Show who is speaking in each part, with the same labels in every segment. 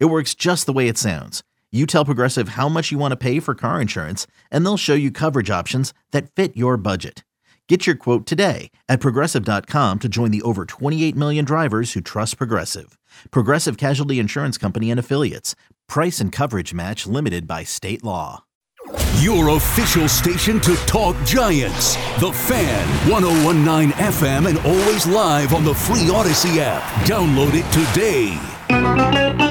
Speaker 1: It works just the way it sounds. You tell Progressive how much you want to pay for car insurance, and they'll show you coverage options that fit your budget. Get your quote today at progressive.com to join the over 28 million drivers who trust Progressive. Progressive Casualty Insurance Company and Affiliates. Price and coverage match limited by state law.
Speaker 2: Your official station to talk giants. The Fan, 1019 FM, and always live on the free Odyssey app. Download it today.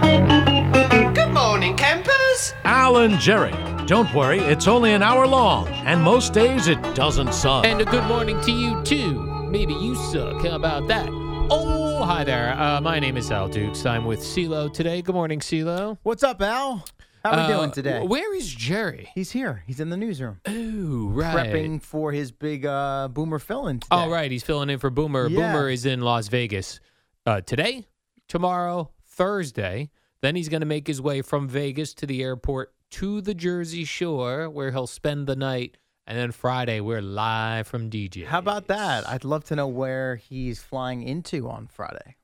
Speaker 3: Good morning, campers.
Speaker 4: Alan Jerry. Don't worry, it's only an hour long, and most days it doesn't suck.
Speaker 5: And a good morning to you, too. Maybe you suck. How about that? Oh, hi there. Uh, my name is Al Dukes. I'm with CeeLo today. Good morning, CeeLo.
Speaker 6: What's up, Al? How are we
Speaker 5: Uh,
Speaker 6: doing today?
Speaker 5: Where is Jerry?
Speaker 6: He's here. He's in the newsroom,
Speaker 5: Ooh, right.
Speaker 6: prepping for his big uh, boomer fill-in. Today.
Speaker 5: Oh, right. He's filling in for Boomer.
Speaker 6: Yeah.
Speaker 5: Boomer is in Las Vegas uh, today, tomorrow, Thursday. Then he's going to make his way from Vegas to the airport to the Jersey Shore, where he'll spend the night. And then Friday, we're live from DJ.
Speaker 6: How about that? I'd love to know where he's flying into on Friday.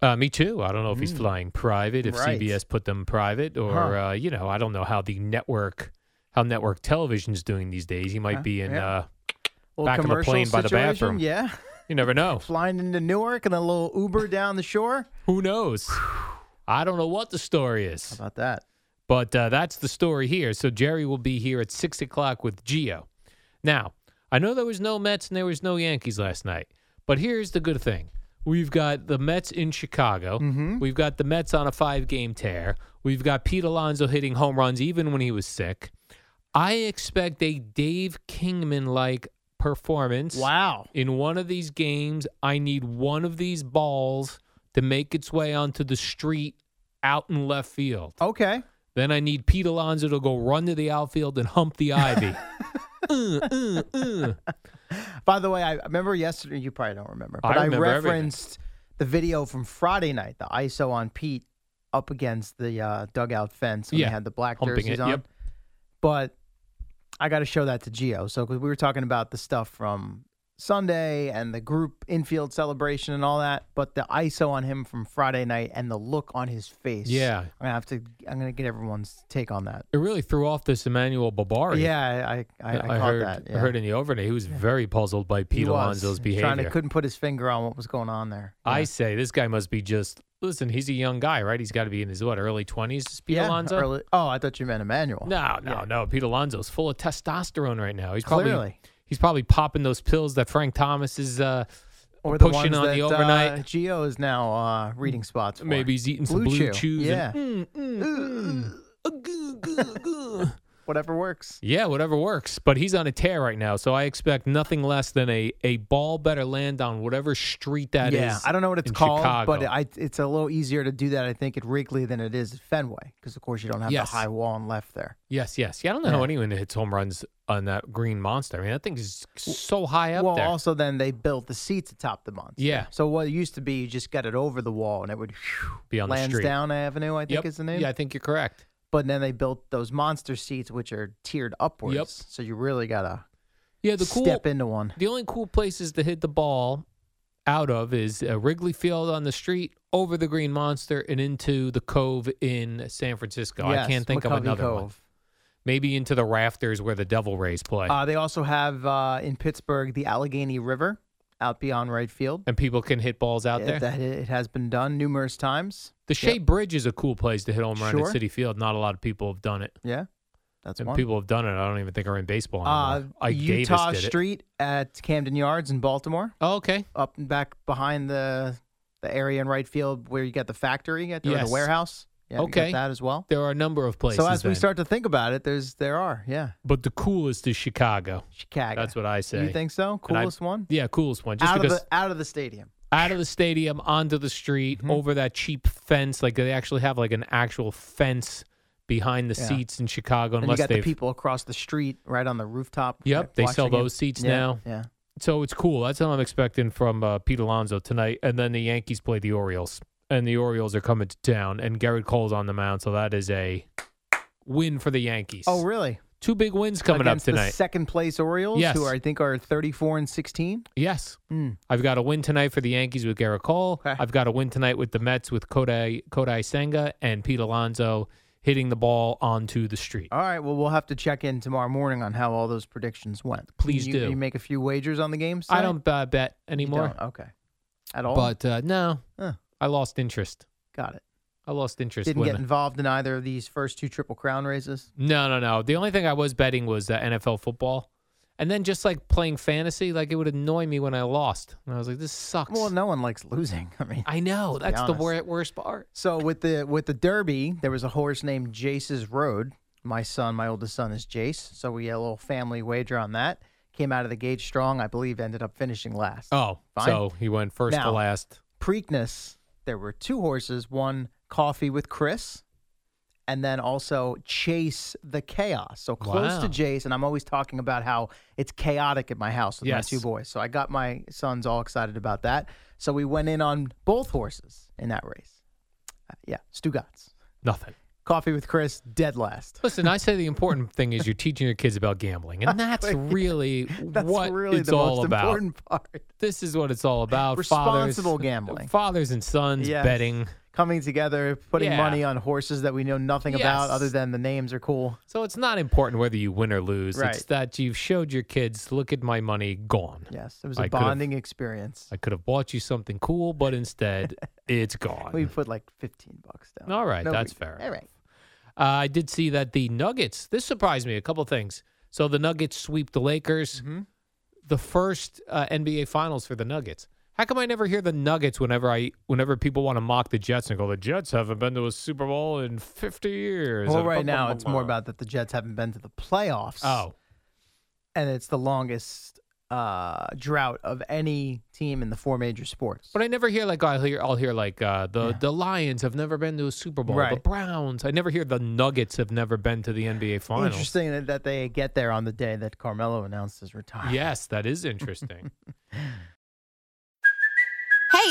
Speaker 5: Uh, me too. I don't know if he's flying private, if
Speaker 6: Hmm. Right.
Speaker 5: CBS put them private, or
Speaker 6: Huh.
Speaker 5: uh, you know, I don't know how the network, how network television's doing these days. He might
Speaker 6: Huh,
Speaker 5: be in.
Speaker 6: yeah.
Speaker 5: Uh,
Speaker 6: Little
Speaker 5: Back of the
Speaker 6: commercial
Speaker 5: plane by the
Speaker 6: situation,
Speaker 5: bathroom.
Speaker 6: Yeah,
Speaker 5: you never know.
Speaker 6: flying into Newark and then a little Uber down the shore.
Speaker 5: Who knows? I don't know what the story is,
Speaker 6: How about that?
Speaker 5: but uh, that's the story here. So Jerry will be here at six o'clock with Geo. Now I know there was no Mets and there was no Yankees last night, but here's the good thing: we've got the Mets in Chicago.
Speaker 6: Mm-hmm.
Speaker 5: We've got the Mets on a five game tear. We've got Pete Alonso hitting home runs even when he was sick. I expect a Dave Kingman like performance.
Speaker 6: Wow.
Speaker 5: In one of these games, I need one of these balls to make its way onto the street out in left field.
Speaker 6: Okay.
Speaker 5: Then I need Pete Alonso to go run to the outfield and hump the ivy.
Speaker 6: By the way, I remember yesterday. You probably don't remember,
Speaker 5: I
Speaker 6: but I,
Speaker 5: remember everything.
Speaker 6: referenced the video from Friday night, the ISO on Pete up against the uh, dugout fence when
Speaker 5: Yeah,
Speaker 6: he had the black
Speaker 5: humping
Speaker 6: jerseys
Speaker 5: it,
Speaker 6: on.
Speaker 5: yep.
Speaker 6: But I got to show that to Gio. So 'cause we were talking about the stuff from Sunday and the group infield celebration and all that, but the ISO on him from Friday night and the look on his face.
Speaker 5: Yeah.
Speaker 6: I'm gonna have to. I'm gonna get everyone's take on that.
Speaker 5: it really threw off this Emmanuel Barbari.
Speaker 6: Yeah, I I, I, caught
Speaker 5: heard,
Speaker 6: that.
Speaker 5: I
Speaker 6: yeah.
Speaker 5: heard in the overnight he was very puzzled by
Speaker 6: He
Speaker 5: Pete
Speaker 6: was
Speaker 5: Alonso's behavior.
Speaker 6: Trying to couldn't put his finger on what was going on there.
Speaker 5: I say this guy must be just listen. He's a young guy, right? He's got to be in his what early twenties. Pete Alonso.
Speaker 6: early- oh, I thought you meant Emmanuel.
Speaker 5: No, no, no. Pete Alonso's full of testosterone right now. He's probably
Speaker 6: Clearly.
Speaker 5: he's probably popping those pills that Frank Thomas is. Uh,
Speaker 6: or the
Speaker 5: pushing
Speaker 6: ones
Speaker 5: on
Speaker 6: that,
Speaker 5: the overnight.
Speaker 6: Uh, Geo is now uh, reading spots. For.
Speaker 5: maybe he's eating some blue,
Speaker 6: Chew.
Speaker 5: chews.
Speaker 6: Yeah,
Speaker 5: And, mm, mm, mm, uh, goo, goo, goo.
Speaker 6: whatever works.
Speaker 5: yeah, whatever works. But he's on a tear right now, so I expect nothing less than a a ball better land on whatever street that is.
Speaker 6: yeah, I don't know what it's
Speaker 5: in
Speaker 6: called,
Speaker 5: Chicago.
Speaker 6: but I, it's a little easier to do that, I think, at Wrigley than it is at Fenway, because of course you don't have
Speaker 5: Yes.
Speaker 6: the high wall and left there.
Speaker 5: yes, yes. Yeah, I don't know how anyone hits home runs on that green monster. I mean, that thing is so high up
Speaker 6: well,
Speaker 5: there.
Speaker 6: also then they built the seats atop the monster.
Speaker 5: Yeah.
Speaker 6: So what used to be, you just got it over the wall, and it would
Speaker 5: be on the street.
Speaker 6: Lansdowne Avenue, I think
Speaker 5: Yep.
Speaker 6: is the name.
Speaker 5: Yeah, I think you're correct.
Speaker 6: But then they built those monster seats, which are tiered upwards.
Speaker 5: Yep.
Speaker 6: So you really gotta
Speaker 5: Yeah, the cool
Speaker 6: step into one.
Speaker 5: the only cool places to hit the ball out of is uh, Wrigley Field on the street, over the Green Monster, and into the Cove in San Francisco. I
Speaker 6: Yes,
Speaker 5: can't think
Speaker 6: McCovey
Speaker 5: of another one.
Speaker 6: Cove.
Speaker 5: Maybe into the rafters where the Devil Rays play,
Speaker 6: Uh, they also have uh, in Pittsburgh the Allegheny River out beyond right field.
Speaker 5: and people can hit balls out there.
Speaker 6: It, that it has been done numerous times.
Speaker 5: the Shea Bridge is a cool place to hit home run
Speaker 6: Sure.
Speaker 5: at City Field. Not a lot of people have done it.
Speaker 6: Yeah, that's
Speaker 5: and
Speaker 6: one.
Speaker 5: people have done it. I don't even think are in baseball
Speaker 6: uh,
Speaker 5: anymore. Ike Davis
Speaker 6: Utah
Speaker 5: did it.
Speaker 6: Street at Camden Yards in Baltimore,
Speaker 5: Oh, okay.
Speaker 6: up and back behind the the area in right field where you got the factory at, or
Speaker 5: Yes.
Speaker 6: the warehouse. Yeah, you got
Speaker 5: Okay.
Speaker 6: that as well.
Speaker 5: There are a number of places.
Speaker 6: so as we
Speaker 5: then.
Speaker 6: start to think about it, there's there are yeah
Speaker 5: but the coolest is Chicago.
Speaker 6: Chicago.
Speaker 5: That's what I say.
Speaker 6: you think so?
Speaker 5: And I-
Speaker 6: Coolest one
Speaker 5: Yeah, coolest one. Just
Speaker 6: out
Speaker 5: because
Speaker 6: of the Mm-hmm. out of the stadium.
Speaker 5: out of the stadium onto the street over that cheap fence. Like they actually have like an actual fence behind the
Speaker 6: Yeah.
Speaker 5: seats in Chicago,
Speaker 6: And you
Speaker 5: unless
Speaker 6: got
Speaker 5: they
Speaker 6: the people across the street right on the rooftop.
Speaker 5: Yep,
Speaker 6: like,
Speaker 5: they sell
Speaker 6: watching it.
Speaker 5: those seats
Speaker 6: Yeah,
Speaker 5: now.
Speaker 6: Yeah.
Speaker 5: So it's cool. That's what I'm expecting from uh, Pete Alonso tonight. And then the Yankees play the Orioles, and the Orioles are coming to town, and Garrett Cole's on the mound. So that is a win for the Yankees.
Speaker 6: Oh, really?
Speaker 5: Two big wins coming
Speaker 6: Against
Speaker 5: up tonight.
Speaker 6: The second place Orioles,
Speaker 5: Yes.
Speaker 6: who are, I think are 34 and 16.
Speaker 5: yes.
Speaker 6: Hmm.
Speaker 5: I've got a win tonight for the Yankees with Garrett Cole.
Speaker 6: Okay.
Speaker 5: I've got a win tonight with the Mets with Kodai, Kodai Senga and Pete Alonso hitting the ball onto the street.
Speaker 6: All right. Well, we'll have to check in tomorrow morning on how all those predictions went.
Speaker 5: Please
Speaker 6: you,
Speaker 5: do.
Speaker 6: You make a few wagers on the games.
Speaker 5: I don't uh, bet anymore.
Speaker 6: Okay. At all.
Speaker 5: But uh, no,
Speaker 6: Huh.
Speaker 5: I lost interest.
Speaker 6: got it.
Speaker 5: I lost interest.
Speaker 6: Didn't
Speaker 5: when
Speaker 6: get involved in either of these first two triple crown races.
Speaker 5: No, no, no. The only thing I was betting was uh, NFL football. And then just like playing fantasy, like it would annoy me when I lost. And I was like, this sucks.
Speaker 6: Well, no one likes losing. I mean,
Speaker 5: I know. That's the
Speaker 6: honest.
Speaker 5: wor- worst part.
Speaker 6: So with the with the Derby, there was a horse named Jace's Road. My son, my oldest son, is Jace. So we had a little family wager on that. Came out of the gate strong. I believe ended up finishing last.
Speaker 5: Oh,
Speaker 6: Fine.
Speaker 5: so he went first to
Speaker 6: Now-
Speaker 5: last.
Speaker 6: Preakness. There were two horses. One Coffee with Chris, and then also Chase the Chaos. So close
Speaker 5: Wow.
Speaker 6: to Jace, and I'm always talking about how it's chaotic at my house with
Speaker 5: Yes.
Speaker 6: my two boys. So I got my sons all excited about that. So we went in on both horses in that race. Uh, yeah, Stugatz.
Speaker 5: Nothing.
Speaker 6: Coffee with Chris, dead last.
Speaker 5: Listen, I say the important thing is you're teaching your kids about gambling, and that's really
Speaker 6: That's
Speaker 5: what
Speaker 6: really
Speaker 5: it's
Speaker 6: the
Speaker 5: all
Speaker 6: most
Speaker 5: about.
Speaker 6: important part.
Speaker 5: This is what it's all about.
Speaker 6: Responsible
Speaker 5: fathers,
Speaker 6: gambling.
Speaker 5: Fathers and sons
Speaker 6: Yes.
Speaker 5: betting.
Speaker 6: Coming together, putting
Speaker 5: Yeah.
Speaker 6: money on horses that we know nothing
Speaker 5: Yes.
Speaker 6: about other than the names are cool.
Speaker 5: So it's not important whether you win or lose.
Speaker 6: Right.
Speaker 5: It's that you've showed your kids, look at my money gone.
Speaker 6: Yes, it was
Speaker 5: I
Speaker 6: a
Speaker 5: could've-
Speaker 6: bonding experience.
Speaker 5: I could have bought you something cool, but instead it's gone.
Speaker 6: We put like 15 bucks down.
Speaker 5: All right,
Speaker 6: big
Speaker 5: that's
Speaker 6: deal.
Speaker 5: fair
Speaker 6: All right.
Speaker 5: Uh, I did see that the Nuggets, this surprised me a couple things. So the Nuggets sweep the Lakers,
Speaker 6: Mm-hmm.
Speaker 5: the first uh, NBA finals for the Nuggets. How come I never hear the Nuggets whenever I whenever people want to mock the Jets and go the Jets haven't been to a Super Bowl in 50 years?
Speaker 6: Well,
Speaker 5: And
Speaker 6: right
Speaker 5: blah, blah,
Speaker 6: now,
Speaker 5: blah,
Speaker 6: it's more
Speaker 5: blah.
Speaker 6: about that the Jets haven't been to the playoffs.
Speaker 5: Oh,
Speaker 6: And it's the longest uh, drought of any team in the four major sports.
Speaker 5: but I never hear like I'll hear I'll hear like uh, the the Lions have never been to a Super Bowl. The
Speaker 6: Right.
Speaker 5: Browns. I never hear the Nuggets have never been to the NBA finals.
Speaker 6: Interesting that, that they get there on the day that Carmelo announced his retirement.
Speaker 5: Yes, that is interesting.
Speaker 7: Hey,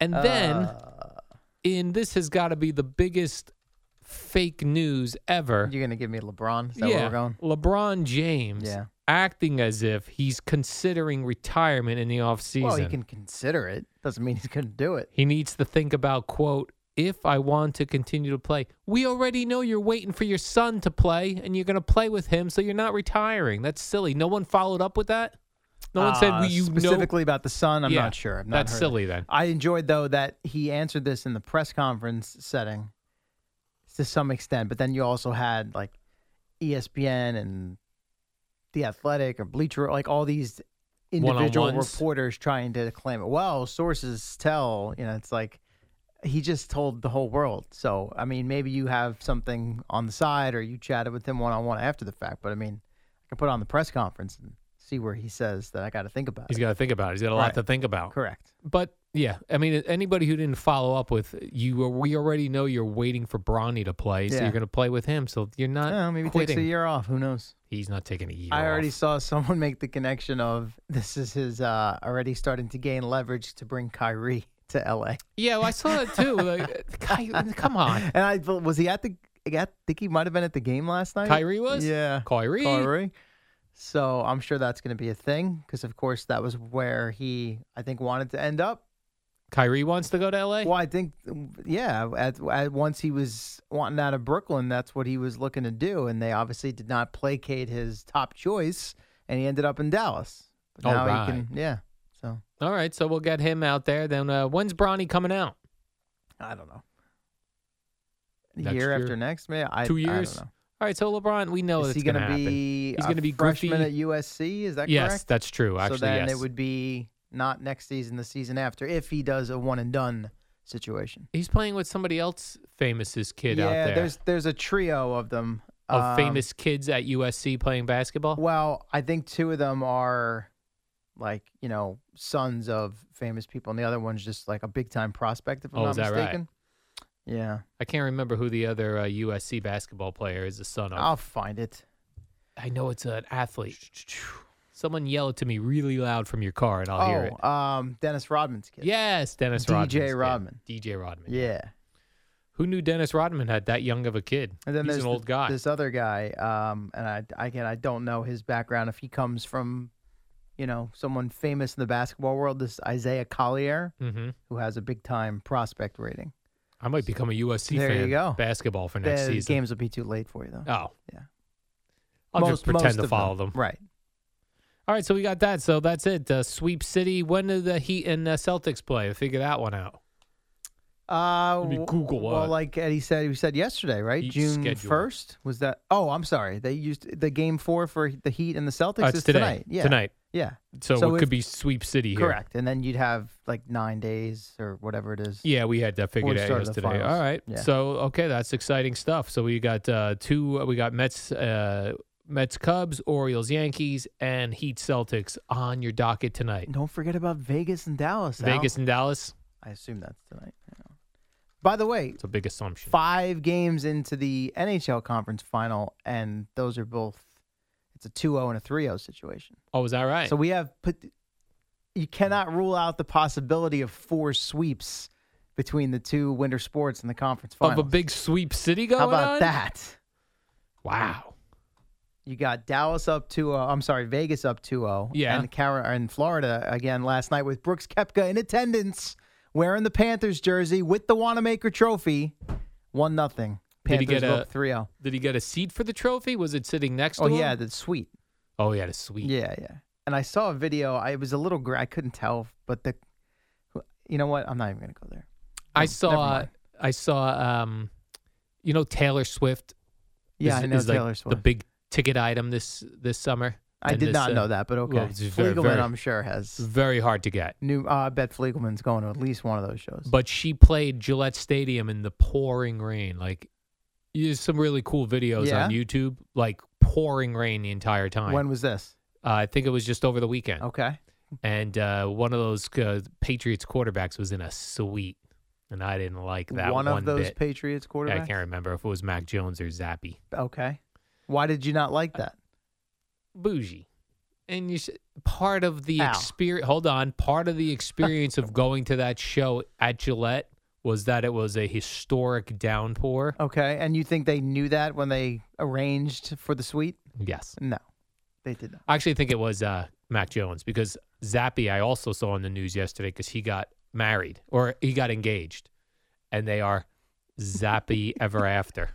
Speaker 5: And then
Speaker 6: Uh.
Speaker 5: in this has got to be the biggest fake news ever.
Speaker 6: You're going to give me LeBron? Is that where we're going?
Speaker 5: LeBron James
Speaker 6: Yeah.
Speaker 5: acting as if he's considering retirement in the offseason.
Speaker 6: Well, he can consider it. Doesn't mean he's going to do it.
Speaker 5: He needs to think about, quote, if I want to continue to play. We already know you're waiting for your son to play and you're going to play with him, so you're not retiring. That's silly. No one followed up with that? No one said,
Speaker 6: Uh,
Speaker 5: well, you know.
Speaker 6: specifically about the son. I'm
Speaker 5: Yeah,
Speaker 6: not sure. I've not
Speaker 5: that's
Speaker 6: heard
Speaker 5: silly
Speaker 6: it.
Speaker 5: then.
Speaker 6: I enjoyed though that he answered this in the press conference setting to some extent, but then you also had like E ESPN and the Athletic or Bleacher, like all these individual
Speaker 5: One-on-ones.
Speaker 6: reporters trying to claim it. Well, sources tell, you know, it's like he just told the whole world. So, I mean, maybe you have something on the side or you chatted with him one on one after the fact, but I mean, I can put on the press conference and see where he says that I got to think about
Speaker 5: He's
Speaker 6: it.
Speaker 5: got to think about it. He's got a lot
Speaker 6: Right.
Speaker 5: to think about.
Speaker 6: Correct.
Speaker 5: But yeah, I mean, anybody who didn't follow up with you, we already know you're waiting for Bronny to play, so
Speaker 6: Yeah.
Speaker 5: you're going to play with him. So you're not
Speaker 6: Yeah, maybe it
Speaker 5: quitting.
Speaker 6: takes a year off. Who knows?
Speaker 5: He's not taking a year.
Speaker 6: I already
Speaker 5: off.
Speaker 6: saw someone make the connection of this is his uh, already starting to gain leverage to bring Kyrie to LA.
Speaker 5: Yeah, well, I saw that too. Like, Ky- come on,
Speaker 6: And I bel- was he at the I think he might have been at the game last night.
Speaker 5: Kyrie was.
Speaker 6: Yeah.
Speaker 5: Kyrie.
Speaker 6: Kyrie. So I'm sure that's going to be a thing because of course that was where he I think wanted to end up.
Speaker 5: Kyrie wants to go to LA.
Speaker 6: Well, I think yeah, at, at once he was wanting out of Brooklyn, that's what he was looking to do and they obviously did not placate his top choice and he ended up in Dallas. But
Speaker 5: All
Speaker 6: now
Speaker 5: Oh, right.
Speaker 6: he can yeah. So
Speaker 5: All right, so we'll get him out there. Then uh, when's Bronny coming out?
Speaker 6: I don't know.
Speaker 5: Next
Speaker 6: year,
Speaker 5: year?
Speaker 6: after next, man. I,
Speaker 5: Two
Speaker 6: I
Speaker 5: years.
Speaker 6: don't know.
Speaker 5: All right, so LeBron, we know
Speaker 6: Is
Speaker 5: it's
Speaker 6: he
Speaker 5: going
Speaker 6: gonna
Speaker 5: to happen.
Speaker 6: be?
Speaker 5: He's
Speaker 6: a
Speaker 5: gonna be
Speaker 6: freshman
Speaker 5: goofy.
Speaker 6: at USC. Is that
Speaker 5: yes,
Speaker 6: correct?
Speaker 5: that's true. Actually,
Speaker 6: so then
Speaker 5: yes.
Speaker 6: it would be not next season, the season after, if he does a one and done situation.
Speaker 5: He's playing with somebody else famous's kid
Speaker 6: yeah,
Speaker 5: out there.
Speaker 6: there's there's a trio of them
Speaker 5: of
Speaker 6: Um,
Speaker 5: famous kids at USC playing basketball.
Speaker 6: Well, I think two of them are like you know sons of famous people, and the other one's just like a big time prospect. If I'm
Speaker 5: Oh,
Speaker 6: not
Speaker 5: is that right?
Speaker 6: mistaken. Yeah,
Speaker 5: I can't remember who the other uh, USC basketball player is the son of.
Speaker 6: I'll find it.
Speaker 5: I know it's an athlete. Someone yell it to me really loud from your car, and I'll hear it.
Speaker 6: oh, um, Dennis Rodman's kid.
Speaker 5: Yes, Dennis
Speaker 6: DJ
Speaker 5: Rodman.
Speaker 6: Rodman.
Speaker 5: DJ Rodman.
Speaker 6: yeah.
Speaker 5: Who knew Dennis Rodman had that young of a kid?
Speaker 6: And then
Speaker 5: He's
Speaker 6: there's
Speaker 5: an old
Speaker 6: th-
Speaker 5: guy.
Speaker 6: This other guy, um, and I I can I don't know his background if he comes from, you know, someone famous in the basketball world. This Isaiah Collier,
Speaker 5: hmm
Speaker 6: who has a big time prospect rating.
Speaker 5: I might become a USC
Speaker 6: There you
Speaker 5: fan.
Speaker 6: go.
Speaker 5: Basketball for next
Speaker 6: The
Speaker 5: season.
Speaker 6: games will be too late for you though.
Speaker 5: Oh.
Speaker 6: Yeah.
Speaker 5: I'll just pretend to
Speaker 6: of
Speaker 5: follow them.
Speaker 6: Right.
Speaker 5: All right, so we got that. So that's it. Uh, sweep City. When do the Heat and uh, Celtics play? figure that one out.
Speaker 6: Uh,
Speaker 5: Let me
Speaker 6: w-
Speaker 5: Google
Speaker 6: Well,
Speaker 5: it.
Speaker 6: like Eddie said, we said yesterday, right?
Speaker 5: Each
Speaker 6: June
Speaker 5: schedule.
Speaker 6: first was that? Oh, I'm sorry. They used the game four for the Heat and the Celtics
Speaker 5: Uh,
Speaker 6: is
Speaker 5: it's today.
Speaker 6: tonight. Yeah,
Speaker 5: Tonight.
Speaker 6: Yeah,
Speaker 5: So,
Speaker 6: So
Speaker 5: it
Speaker 6: if-
Speaker 5: could be Sweep City here.
Speaker 6: correct. And then you'd have like nine days or whatever it is.
Speaker 5: Yeah, we had that figured
Speaker 6: the
Speaker 5: out
Speaker 6: start of the
Speaker 5: yesterday.
Speaker 6: finals.
Speaker 5: All right.
Speaker 6: Yeah.
Speaker 5: So okay, that's exciting stuff. So we got uh, two. We got Mets, uh, Mets, Cubs, Orioles, Yankees, and Heat Celtics on your docket tonight.
Speaker 6: Don't forget about Vegas and Dallas. Al.
Speaker 5: Vegas and Dallas.
Speaker 6: I assume that's tonight. Yeah. By the way,
Speaker 5: It's a big assumption.
Speaker 6: five games into the NHL conference final, and those are both. It's a 2-0 and a 3-0 situation.
Speaker 5: Oh, is that right?
Speaker 6: So we have put. You cannot rule out the possibility of four sweeps between the two winter sports and the conference
Speaker 5: of
Speaker 6: finals.
Speaker 5: a big Sweep City going
Speaker 6: How about
Speaker 5: on?
Speaker 6: that?
Speaker 5: Wow.
Speaker 6: You got Dallas up 2-0. I'm sorry, Vegas up 2-0.
Speaker 5: Yeah.
Speaker 6: And, Car- and Florida again last night with Brooks Kepka in attendance, wearing the Panthers jersey with the Wanamaker Trophy. One nothing.
Speaker 5: Did he
Speaker 6: Panthers
Speaker 5: get a-
Speaker 6: up 3-0.
Speaker 5: Did he get a seat for the trophy? Was it sitting next
Speaker 6: Oh
Speaker 5: to him?
Speaker 6: yeah, that's sweet.
Speaker 5: Oh, he had a sweep.
Speaker 6: Yeah, yeah. And I saw a video. I it was a little. Gr- I couldn't tell, but the. You know what? I'm not even gonna go there.
Speaker 5: I
Speaker 6: never
Speaker 5: saw.
Speaker 6: mind.
Speaker 5: I saw. Um, you know Taylor Swift.
Speaker 6: Yeah,
Speaker 5: is,
Speaker 6: I know
Speaker 5: is, like,
Speaker 6: Taylor Swift.
Speaker 5: The big ticket item this this summer.
Speaker 6: I
Speaker 5: and
Speaker 6: did
Speaker 5: this,
Speaker 6: not
Speaker 5: uh,
Speaker 6: know that, but okay.
Speaker 5: well, it's very-
Speaker 6: Fliegelman,
Speaker 5: very-
Speaker 6: I'm sure has
Speaker 5: Very hard to get.
Speaker 6: new. Uh, I bet Fliegelman's going to at least one of those shows.
Speaker 5: But she played Gillette Stadium in the pouring rain. Like, there's some really cool videos
Speaker 6: Yeah?
Speaker 5: on YouTube. Like pouring rain the entire time.
Speaker 6: when was this?
Speaker 5: uh, I think it was just over the weekend.
Speaker 6: Okay.
Speaker 5: And uh, one of those uh, Patriots quarterbacks was in a suite, and I didn't like that
Speaker 6: one,
Speaker 5: one,
Speaker 6: of those
Speaker 5: bit.
Speaker 6: Patriots
Speaker 5: I
Speaker 6: quarterbacks.
Speaker 5: can't remember if it was Mac Jones or Zappy.
Speaker 6: Okay. Why did you not
Speaker 5: Uh,
Speaker 6: like that?
Speaker 5: bougie. And you s- part of the
Speaker 6: Ow.
Speaker 5: experience. Hold on, part of the experience of going to that show at Gillette was that it was a historic downpour.
Speaker 6: Okay, and you think they knew that when they arranged for the suite?
Speaker 5: Yes,
Speaker 6: No, they did not.
Speaker 5: I actually think it was uh, Mac Jones because Zappy I also saw on the news yesterday because he got married or he got engaged, and they are Zappy ever after.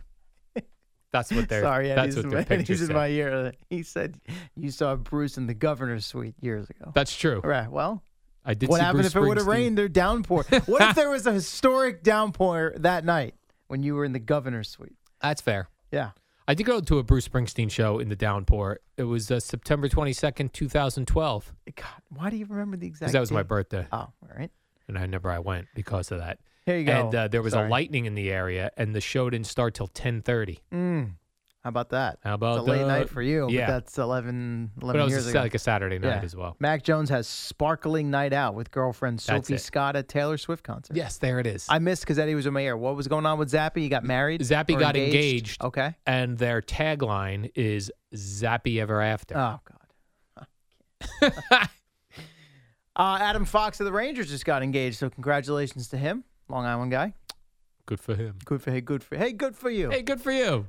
Speaker 5: That's what they're.
Speaker 6: Sorry,
Speaker 5: that's
Speaker 6: Eddie's,
Speaker 5: what
Speaker 6: in
Speaker 5: their
Speaker 6: my, Eddie's
Speaker 5: pictures
Speaker 6: in
Speaker 5: say.
Speaker 6: my ear. He said you saw Bruce in the governor's suite years ago.
Speaker 5: That's true.
Speaker 6: right. Well,
Speaker 5: I did.
Speaker 6: what
Speaker 5: see
Speaker 6: happened
Speaker 5: Bruce
Speaker 6: if it would have
Speaker 5: Springsteen-
Speaker 6: rained or downpour? What if there was a historic downpour that night when you were in the governor's suite?
Speaker 5: That's fair.
Speaker 6: Yeah.
Speaker 5: I did go to a Bruce Springsteen show in the downpour. It was uh, September 22nd, 2012,
Speaker 6: God, why do you remember the exact?
Speaker 5: because that was my
Speaker 6: date?
Speaker 5: birthday.
Speaker 6: Oh, all right.
Speaker 5: And I remember I went because of that.
Speaker 6: Here you go.
Speaker 5: And uh, there was
Speaker 6: Sorry.
Speaker 5: a lightning in the area, and the show didn't start till 10.30.
Speaker 6: Mm. How about that?
Speaker 5: How about
Speaker 6: it's a late
Speaker 5: that?
Speaker 6: night for you?
Speaker 5: Yeah.
Speaker 6: But that's 11, 11
Speaker 5: But it was
Speaker 6: years
Speaker 5: a-
Speaker 6: ago.
Speaker 5: like a Saturday night
Speaker 6: Yeah.
Speaker 5: as well.
Speaker 6: Mac Jones has sparkling night out with girlfriend
Speaker 5: That's
Speaker 6: Sophie
Speaker 5: it.
Speaker 6: Scott at Taylor Swift concert.
Speaker 5: Yes, there it is.
Speaker 6: I missed because Eddie was a mayor. What was going on with Zappy? He got married.
Speaker 5: Zappy
Speaker 6: or
Speaker 5: got engaged.
Speaker 6: Okay.
Speaker 5: and their tagline is Zappy Ever After.
Speaker 6: Oh God. uh, Adam Fox of the Rangers just got engaged, so congratulations to him, Long Island guy.
Speaker 5: Good for him.
Speaker 6: Good for hey, good for hey, good for you.
Speaker 5: Hey, good for you.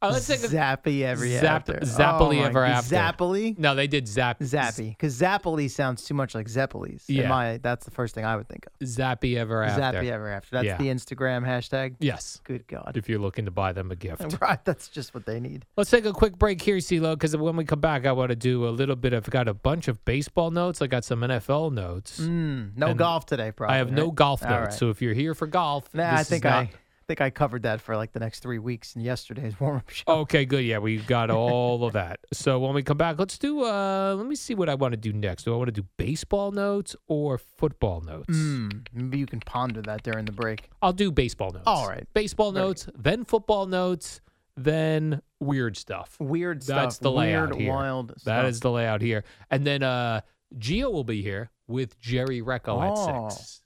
Speaker 5: All right, let's take a
Speaker 6: Zappy every
Speaker 5: Zapp-
Speaker 6: after. Oh
Speaker 5: Zappily
Speaker 6: my-
Speaker 5: ever after.
Speaker 6: Zappily?
Speaker 5: No, they did zap
Speaker 6: Zappy. Because Zappily sounds too much like Zeppelis. In
Speaker 5: Yeah.
Speaker 6: my- that's the first thing I would think of.
Speaker 5: Zappy ever after.
Speaker 6: Zappy ever after. That's
Speaker 5: Yeah.
Speaker 6: the Instagram hashtag.
Speaker 5: Yes.
Speaker 6: Good God.
Speaker 5: If you're looking to buy them a gift.
Speaker 6: Right. That's just what they need.
Speaker 5: Let's take a quick break here, CeeLo, because when we come back, I want to do a little bit. I've got a bunch of baseball notes. I got some NFL notes.
Speaker 6: Mm, no
Speaker 5: And
Speaker 6: golf today, probably.
Speaker 5: I have no
Speaker 6: right?
Speaker 5: golf
Speaker 6: All
Speaker 5: notes.
Speaker 6: right.
Speaker 5: So if you're here for golf,
Speaker 6: Nah,
Speaker 5: this
Speaker 6: I
Speaker 5: is
Speaker 6: think
Speaker 5: not-
Speaker 6: I think I covered that for like the next three weeks in yesterday's warm up show.
Speaker 5: Okay, good. Yeah, we got all of that. So when we come back, let's do. uh Let me see what I want to do next. Do I want to do baseball notes or football notes?
Speaker 6: Mm, maybe you can ponder that during the break.
Speaker 5: I'll do baseball notes.
Speaker 6: All right.
Speaker 5: baseball
Speaker 6: Very
Speaker 5: notes, then football notes, then weird stuff.
Speaker 6: Weird stuff.
Speaker 5: That's the layout
Speaker 6: Weird,
Speaker 5: here.
Speaker 6: wild stuff.
Speaker 5: That is the layout here. And then uh Gio will be here with Jerry Recco
Speaker 6: Oh.
Speaker 5: at six.